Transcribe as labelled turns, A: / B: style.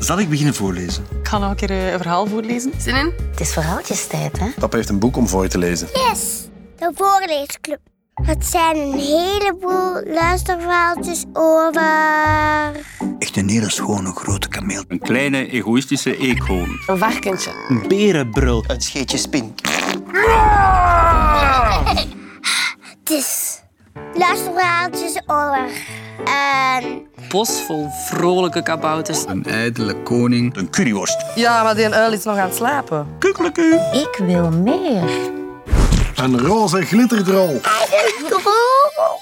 A: Zal ik beginnen voorlezen?
B: Ik ga nog een keer eh, een verhaal voorlezen.
C: Zin in?
D: Het is verhaaltjestijd, hè?
E: Papa heeft een boek om voor je te lezen.
F: Yes, de voorleesclub. Het zijn een heleboel luisterverhaaltjes over...
G: Echt een hele schone grote kameel.
H: Een kleine egoïstische eekhoorn.
C: Een varkentje.
A: Een berenbrul.
G: Een scheetje spin.
F: Dus, luisterverhaaltjes over... eh, En
C: Bos vol vrolijke kabouters.
H: Een ijdele koning.
E: Een curryworst.
I: Ja, maar die uil is nog aan het slapen.
A: Kukkeleku.
D: Ik wil meer.
E: Een roze glitterdrol.
F: een droom.